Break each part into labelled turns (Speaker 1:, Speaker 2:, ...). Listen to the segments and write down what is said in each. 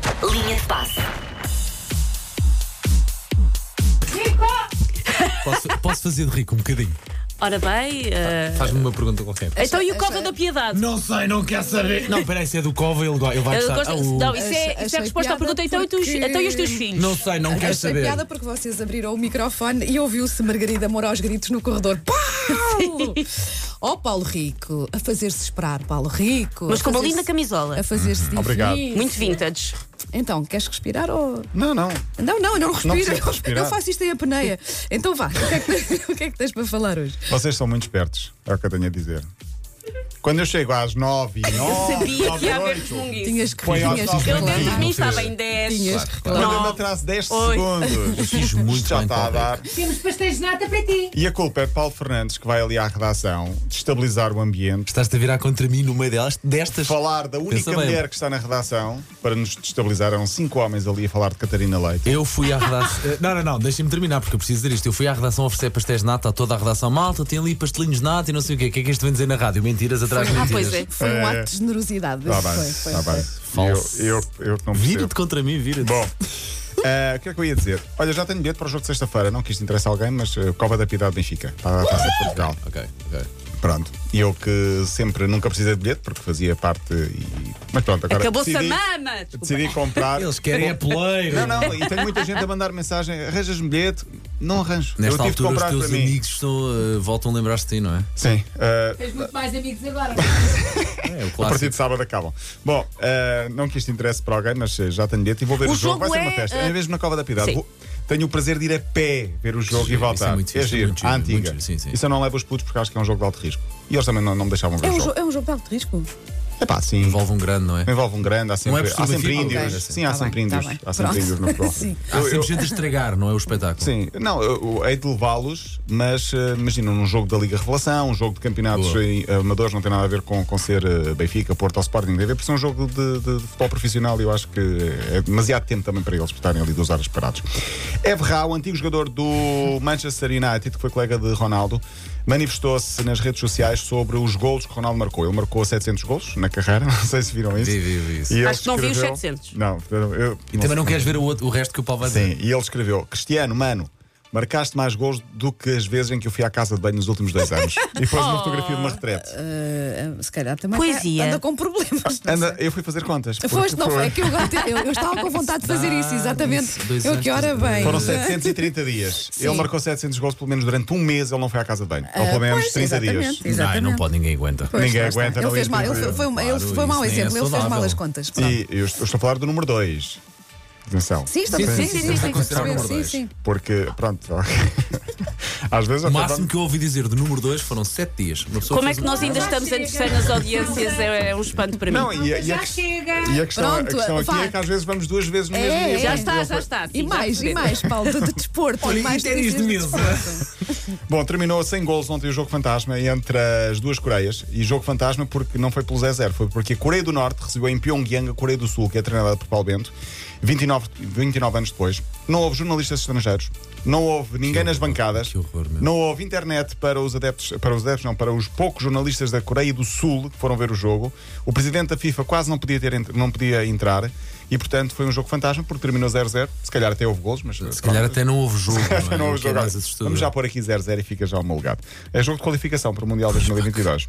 Speaker 1: de passe.
Speaker 2: Posso, posso fazer de rico um bocadinho?
Speaker 1: Ora bem, eh,
Speaker 2: Faz-me uma pergunta qualquer.
Speaker 1: então e o Cova da Piedade?
Speaker 2: Não sei, não quer saber. Não, peraí, se é do Cova, ele, go- ele vai
Speaker 1: Eu
Speaker 2: gostar.
Speaker 1: gosto-
Speaker 2: Ah, o-
Speaker 1: Não, isso é,
Speaker 3: Achei-
Speaker 1: isso é a
Speaker 3: achei
Speaker 1: resposta à
Speaker 3: piada
Speaker 1: pergunta. Então, e, tu,
Speaker 3: porque-
Speaker 1: então e os teus filhos?
Speaker 2: não sei, não quer
Speaker 1: é
Speaker 3: Achei
Speaker 2: saber.
Speaker 3: piada porque vocês abriram o microfone e ouviu-se Margarida Moura aos gritos no corredor. Pau! Ó Paulo Rico, a fazer-se esperar, Paulo Rico.
Speaker 1: Mas
Speaker 3: a
Speaker 1: com uma
Speaker 3: fazer-se-
Speaker 1: linda camisola.
Speaker 3: A fazer-se difícil.
Speaker 4: Uhum. Obrigado.
Speaker 1: Muito vintage.
Speaker 3: Então, queres respirar ou.
Speaker 4: Não, não.
Speaker 3: Não, não, eu não respiro.
Speaker 4: preciso
Speaker 3: eu-
Speaker 4: respirar.
Speaker 3: eu faço isto em apneia. Então vá, o que, é que, o que é que tens para falar hoje?
Speaker 4: Vocês são muito espertos, é o que eu tenho a dizer. Quando eu chego às 9 e 9,
Speaker 1: Sabia
Speaker 4: 9
Speaker 1: que um
Speaker 4: e
Speaker 1: ia haver
Speaker 4: 8,
Speaker 1: resmunguinho.
Speaker 3: Tinhas que,
Speaker 4: Põe ao
Speaker 3: tinhas
Speaker 4: sol,
Speaker 3: que
Speaker 4: põe
Speaker 1: Eu
Speaker 4: ao
Speaker 3: falar.
Speaker 1: dentro de mim
Speaker 2: Não
Speaker 1: estava
Speaker 2: sei.
Speaker 1: em 10.
Speaker 3: Tinhas que
Speaker 4: quando
Speaker 3: falar.
Speaker 4: eu me
Speaker 1: Nove,
Speaker 4: atraso 10
Speaker 1: oito.
Speaker 4: segundos.
Speaker 2: Eu fiz muito
Speaker 4: Isto já
Speaker 2: bem,
Speaker 4: está a
Speaker 2: Paulo
Speaker 4: dar.
Speaker 5: Temos pastéis de nata para ti.
Speaker 4: E a culpa é de Paulo Fernandes, que vai ali à redação, destabilizar o ambiente,
Speaker 2: Estás-te a virar contra mim no meio delas, destas.
Speaker 4: falar da única
Speaker 2: Pensa bem.
Speaker 4: mulher que está na redação, para nos destabilizar. Eram cinco homens ali a falar de Catarina Leite.
Speaker 2: Eu fui à redação. Eh, Não, não, não, deixem-me terminar porque eu preciso dizer isto. Eu fui à redação oferecer pastéis de nata a toda a redação. Malta, tem ali pastelinhos de nata e não sei o quê. O que é que isto vem dizer na rádio? Mentiras atrás de
Speaker 1: Ah,
Speaker 2: mentiras.
Speaker 1: pois é.
Speaker 3: Foi um ato de generosidade. Foi,
Speaker 4: Está Tá bem,
Speaker 3: foi,
Speaker 4: está
Speaker 3: foi.
Speaker 4: bem.
Speaker 2: Falso.
Speaker 4: Eu, eu, eu que não percebo.
Speaker 2: Vira-te contra mim, vira-te.
Speaker 4: Bom, eh, o que é que eu ia dizer? Olha, já tenho bilhete para o jogo de sexta-feira. Não que isto interessa a alguém, mas eh, Cova da Piedade Benfica. Tá, Para a Taça de Portugal.
Speaker 2: Ok, ok.
Speaker 4: Pronto. E eu que sempre nunca precisei de bilhete, porque fazia parte e... Mas pronto, agora
Speaker 1: Acabou-se a
Speaker 4: decidi,
Speaker 1: mama!
Speaker 4: decidi comprar.
Speaker 2: Eles querem é poleiro.
Speaker 4: Não, não, e tenho muita gente a mandar mensagem. Arranjas-me bilhete? Não arranjo. eu
Speaker 2: Nesta
Speaker 4: tive de
Speaker 2: altura, os
Speaker 4: comprar
Speaker 2: teus
Speaker 4: para mim.
Speaker 2: amigos estão, eh, voltam a lembrar-se de ti, não é?
Speaker 4: Sim. eh,
Speaker 5: Tens muito mais amigos agora.
Speaker 2: É, o
Speaker 4: a partir
Speaker 2: clássico.
Speaker 4: de sábado acabam. Bom, eh, não que isto interesse para alguém, mas eh, já tenho bilhete e vou ver
Speaker 1: O
Speaker 4: o, jogo. Vai
Speaker 1: jogo
Speaker 4: ser uma
Speaker 1: é,
Speaker 4: festa.
Speaker 1: eh,
Speaker 4: É mesmo na Cova da Piedade.
Speaker 1: sim.
Speaker 4: Vou- Tenho o prazer de ir a pé ver o jogo
Speaker 2: giro,
Speaker 4: e voltar.
Speaker 2: isso é muito giro,
Speaker 4: é
Speaker 2: isso é
Speaker 4: giro,
Speaker 2: muito giro,
Speaker 4: à
Speaker 2: muito
Speaker 4: antiga.
Speaker 2: giro, sim, sim.
Speaker 4: Isso eu não levo os putos porque acho que é um jogo de alto risco. E eles também não, não me deixavam ver
Speaker 3: É
Speaker 4: o
Speaker 3: um,
Speaker 4: jogo.
Speaker 3: jo- é um jogo de alto risco.
Speaker 4: É pá, sim.
Speaker 2: Envolve
Speaker 4: Envolve,
Speaker 2: um grande, não é?
Speaker 4: um grande,
Speaker 2: Não
Speaker 4: há
Speaker 2: é
Speaker 4: sempre,
Speaker 2: por
Speaker 4: há sempre
Speaker 2: subestimar,
Speaker 4: índios.
Speaker 2: ok.
Speaker 4: Sim, há
Speaker 3: Tá
Speaker 4: sempre
Speaker 3: bem, tá
Speaker 4: índios.
Speaker 3: bem.
Speaker 4: há sempre
Speaker 3: Pronto.
Speaker 4: índios no futebol.
Speaker 3: Sim.
Speaker 2: Há
Speaker 4: Eu- eu-
Speaker 2: sempre gente a estragar, não é? O espetáculo.
Speaker 4: Sim, não, eu, eu hei de levá-los, mas eh, imagina num jogo da Liga Revelação, um jogo de campeonatos
Speaker 2: Boa.
Speaker 4: em eh, amadores, não tem nada a ver com, com ser eh, Benfica, Porto ou Sporting, tem a ver por ser um jogo de, de- de futebol profissional e eu acho que é demasiado tempo também para eles estarem ali duas horas parados. Evra, o antigo jogador do Manchester United, que foi colega de Ronaldo, manifestou-se nas redes sociais sobre os golos que Ronaldo marcou. Ele marcou 700 golos na carreira, não sei se viram isso.
Speaker 2: Vi, vi, vi isso.
Speaker 4: E ele
Speaker 1: Acho que não vi os
Speaker 4: escreveu-
Speaker 1: 700.
Speaker 4: Não, eu,
Speaker 2: E também não queres ver o, outro- o resto que o Paulo vai dizer.
Speaker 4: Sim, e ele escreveu: Cristiano, mano, marcaste mais gols do que as vezes em que eu fui à casa de banho nos últimos dois anos. e pôs uma fotografia de uma retrete.
Speaker 3: Ah, se calhar também
Speaker 1: Poesia.
Speaker 3: anda com problemas. não é?
Speaker 4: Anda, eu fui fazer contas. porque
Speaker 3: Foste, não
Speaker 4: foi-
Speaker 3: foi? É que eu, agora te- eu, eu estava com vontade de fazer isso, exatamente.
Speaker 2: isso, dois
Speaker 3: eu
Speaker 2: anos,
Speaker 3: que ora
Speaker 2: dois
Speaker 3: bem.
Speaker 4: Foram 730 dias. Ele marcou 700 gols, pelo menos durante um mês ele não foi à casa de banho. Ou pelo menos
Speaker 3: Ah, pois,
Speaker 4: 30 dias.
Speaker 3: exatamente.
Speaker 2: Não, não pode, ninguém aguenta.
Speaker 3: Pois,
Speaker 4: Ninguém
Speaker 3: lá está.
Speaker 4: aguenta,
Speaker 3: Ele
Speaker 4: não
Speaker 3: fez mal, ele foi,
Speaker 4: aguenta.
Speaker 3: foi, um- ele
Speaker 2: Claro,
Speaker 3: foi um mau
Speaker 2: isso nem é
Speaker 3: exemplo, ele fez mal
Speaker 2: saudável.
Speaker 3: as contas. pronto.
Speaker 4: E eu estou estou a falar do número 2. Atenção.
Speaker 3: Sim, estou
Speaker 2: Sim,
Speaker 3: a
Speaker 2: sim,
Speaker 3: perceber,
Speaker 2: sim,
Speaker 3: sim,
Speaker 2: sim,
Speaker 3: sim, estou a
Speaker 2: sim, sim,
Speaker 3: perceber,
Speaker 2: sim, sim.
Speaker 3: sim, sim.
Speaker 4: Porque, pronto, ok. às vezes
Speaker 2: O
Speaker 4: até
Speaker 2: máximo
Speaker 4: vamos-
Speaker 2: que eu ouvi dizer do número 2 foram 7 dias. Uma pessoa
Speaker 1: Como é
Speaker 2: fez
Speaker 1: que
Speaker 2: um-
Speaker 1: nós ainda estamos entre 100 nas audiências? É é um espanto para mim.
Speaker 4: Não, e, a- e a,
Speaker 5: Já
Speaker 4: que-
Speaker 5: chega.
Speaker 4: e a questão, a
Speaker 3: Pronto,
Speaker 4: questão aqui
Speaker 3: vá.
Speaker 4: é que às vezes vamos duas vezes no mesmo
Speaker 3: É,
Speaker 4: dia.
Speaker 1: Já está, já está.
Speaker 3: E
Speaker 1: sim, já
Speaker 3: mais, e
Speaker 1: percebi.
Speaker 3: mais, Paulo, de, de desporto.
Speaker 2: Olha, é
Speaker 3: e mais
Speaker 2: e ténis de
Speaker 3: notícias
Speaker 2: mesa.
Speaker 3: desporto.
Speaker 4: Bom, terminou sem gols ontem o Jogo Fantasma entre as duas Coreias. E Jogo Fantasma porque não foi pelo 0-0, foi porque a Coreia do Norte recebeu em Pyongyang a Coreia do Sul, que é treinada por Paulo Bento, 29, 29 anos depois. Não houve jornalistas estrangeiros, não houve ninguém nas bancadas,
Speaker 2: que horror, meu.
Speaker 4: não houve internet para os adeptos, para os adeptos, não, para os poucos jornalistas da Coreia do Sul que foram ver o jogo. O presidente da FIFA quase não podia, ter, ent- não podia entrar e, portanto, foi um jogo fantasma porque terminou 0-0. Se calhar até houve gols, mas
Speaker 2: Se calhar até não houve jogo.
Speaker 4: Esta não
Speaker 2: não é?
Speaker 4: vou
Speaker 2: O que é
Speaker 4: jogar.
Speaker 2: mais assustador.
Speaker 4: Vamos já pôr aqui 0-0 e fica já o meu legado. É jogo de qualificação para o Mundial 2022.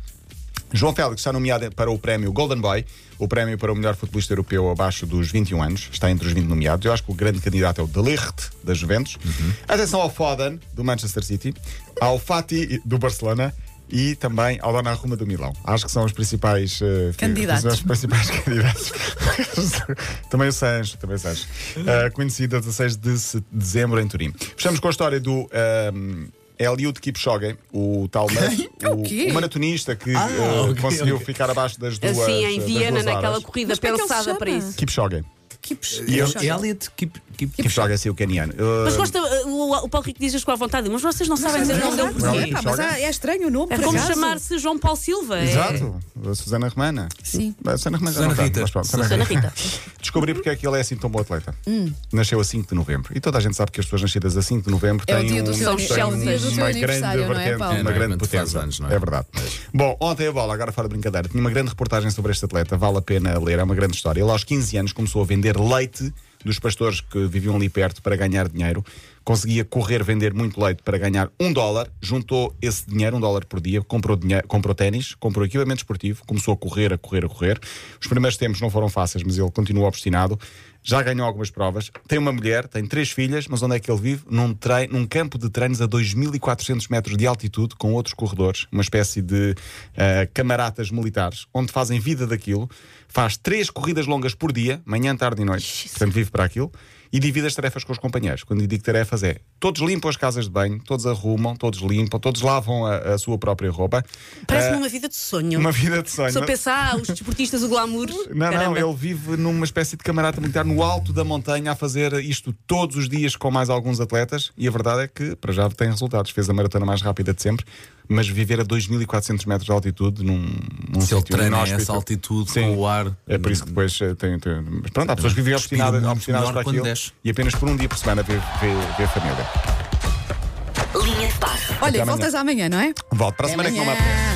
Speaker 4: João Félix está nomeado para o prémio Golden Boy, o prémio para o melhor futebolista europeu abaixo dos 21 anos. Está entre os 20 nomeados. Eu acho que o grande candidato é o De Ligt, da Juventus. Atenção ao Foden, do Manchester City, ao Fati, do Barcelona. E também ao Donnarumma do Milão. Acho que são os principais eh, fi-
Speaker 3: Candidatos.
Speaker 4: Os principais candidatos. também o Sancho, também o Sancho. Uh, conhecido a 16 de se- dezembro em Turim. Fechamos com a história do um, Eliud Kipchoge, o tal ma- o,
Speaker 3: quê?
Speaker 4: o maratonista que
Speaker 2: Ah,
Speaker 4: uh,
Speaker 2: ok,
Speaker 4: conseguiu
Speaker 2: ok.
Speaker 4: ficar abaixo das duas
Speaker 1: Assim, em
Speaker 4: eh, das
Speaker 1: Viena,
Speaker 4: duas horas.
Speaker 1: naquela corrida
Speaker 3: Mas como é que ele se
Speaker 1: pensada
Speaker 3: chama?
Speaker 1: para isso.
Speaker 4: Kipchoge.
Speaker 3: Que pes-
Speaker 4: E eu-
Speaker 3: Puxa.
Speaker 2: é Elliot Kip, Kip,
Speaker 4: Kipchoge, assim, o caniano.
Speaker 1: Mas gosta, uh, o, o Paulo Rico diz as com à vontade, mas vocês não sabem dizer o nome dele
Speaker 4: Não,
Speaker 1: porquê.
Speaker 3: Epá, Mas há- é estranho o nome,
Speaker 1: É
Speaker 3: por
Speaker 1: como
Speaker 3: acaso.
Speaker 1: chamar-se João Paulo Silva. é-
Speaker 4: Exato, a Susana Romana.
Speaker 3: Sim.
Speaker 4: A Susana Romana já
Speaker 2: Susana
Speaker 4: não tanto,
Speaker 2: Rita.
Speaker 4: mas pronto, Susana
Speaker 1: Susana Rita.
Speaker 4: Descobri porque é que ele é assim tão bom atleta.
Speaker 3: Hum.
Speaker 4: Nasceu a 5 de novembro. E toda a gente sabe que as pessoas nascidas a 5 de novembro
Speaker 3: É o
Speaker 4: têm
Speaker 3: dia do
Speaker 4: um,
Speaker 3: seu-
Speaker 1: São
Speaker 4: têm
Speaker 1: Chelsea.
Speaker 4: uma
Speaker 1: do
Speaker 3: seu
Speaker 4: grande
Speaker 3: aniversário, não é,
Speaker 4: vertente,
Speaker 3: Paulo?
Speaker 4: uma
Speaker 2: É,
Speaker 4: grande
Speaker 2: quando tu fazes
Speaker 4: potência.
Speaker 2: anos, não é?
Speaker 4: é? verdade. Bom, ontem a bola, agora fora de brincadeira, tinha uma grande reportagem sobre este atleta, vale a pena ler, é uma grande história. Ele aos 15 anos começou a vender leite dos pastores que viviam ali perto para ganhar dinheiro. Conseguia correr, vender muito leite para ganhar um dólar, juntou esse dinheiro, um dólar por dia, comprou, dinhe- comprou ténis, comprou equipamento esportivo, começou a correr, a correr, a correr. Os primeiros tempos não foram fáceis, mas ele continuou obstinado. Já ganhou algumas provas. Tem uma mulher, tem três filhas, mas onde é que ele vive? Num, trein- num campo de treinos a 2.400 metros de altitude, com outros corredores, uma espécie de ah, camaratas militares, onde fazem vida daquilo. Faz três corridas longas por dia, manhã, tarde e noite. Portanto, vive para aquilo. E divide as tarefas com os companheiros. Quando digo tarefas é todos limpam as casas de banho, todos arrumam, todos limpam, todos lavam a, a sua própria roupa.
Speaker 1: Parece-me uma vida de sonho.
Speaker 4: Uma vida de sonho.
Speaker 1: Só pensar, ah, os desportistas, o glamour.
Speaker 4: Não,
Speaker 1: Caramba.
Speaker 4: não, ele vive numa espécie de camarada militar no alto da montanha a fazer isto todos os dias com mais alguns atletas e a verdade é que para já tem resultados. Fez a maratona mais rápida de sempre, mas viver a 2400 metros de altitude num, num
Speaker 2: Se ele
Speaker 4: sítio
Speaker 2: treina a
Speaker 4: inóspito-
Speaker 2: é essa altitude
Speaker 4: Sim.
Speaker 2: com o ar.
Speaker 4: É por isso que depois eh, tem. tem- mas pronto, há pessoas que vivem
Speaker 2: Respira
Speaker 4: obstinadas,
Speaker 2: muito
Speaker 4: obstinadas
Speaker 2: melhor
Speaker 4: para
Speaker 2: quando
Speaker 4: aquilo
Speaker 2: desce.
Speaker 4: e apenas por um dia por semana vê, vê, vê a família.
Speaker 6: Linha de passe.
Speaker 3: Olha,
Speaker 4: amanhã.
Speaker 3: voltas amanhã, não é?
Speaker 4: Volto para
Speaker 3: Até
Speaker 4: a semana que não
Speaker 3: amanhã. é
Speaker 4: me apetece.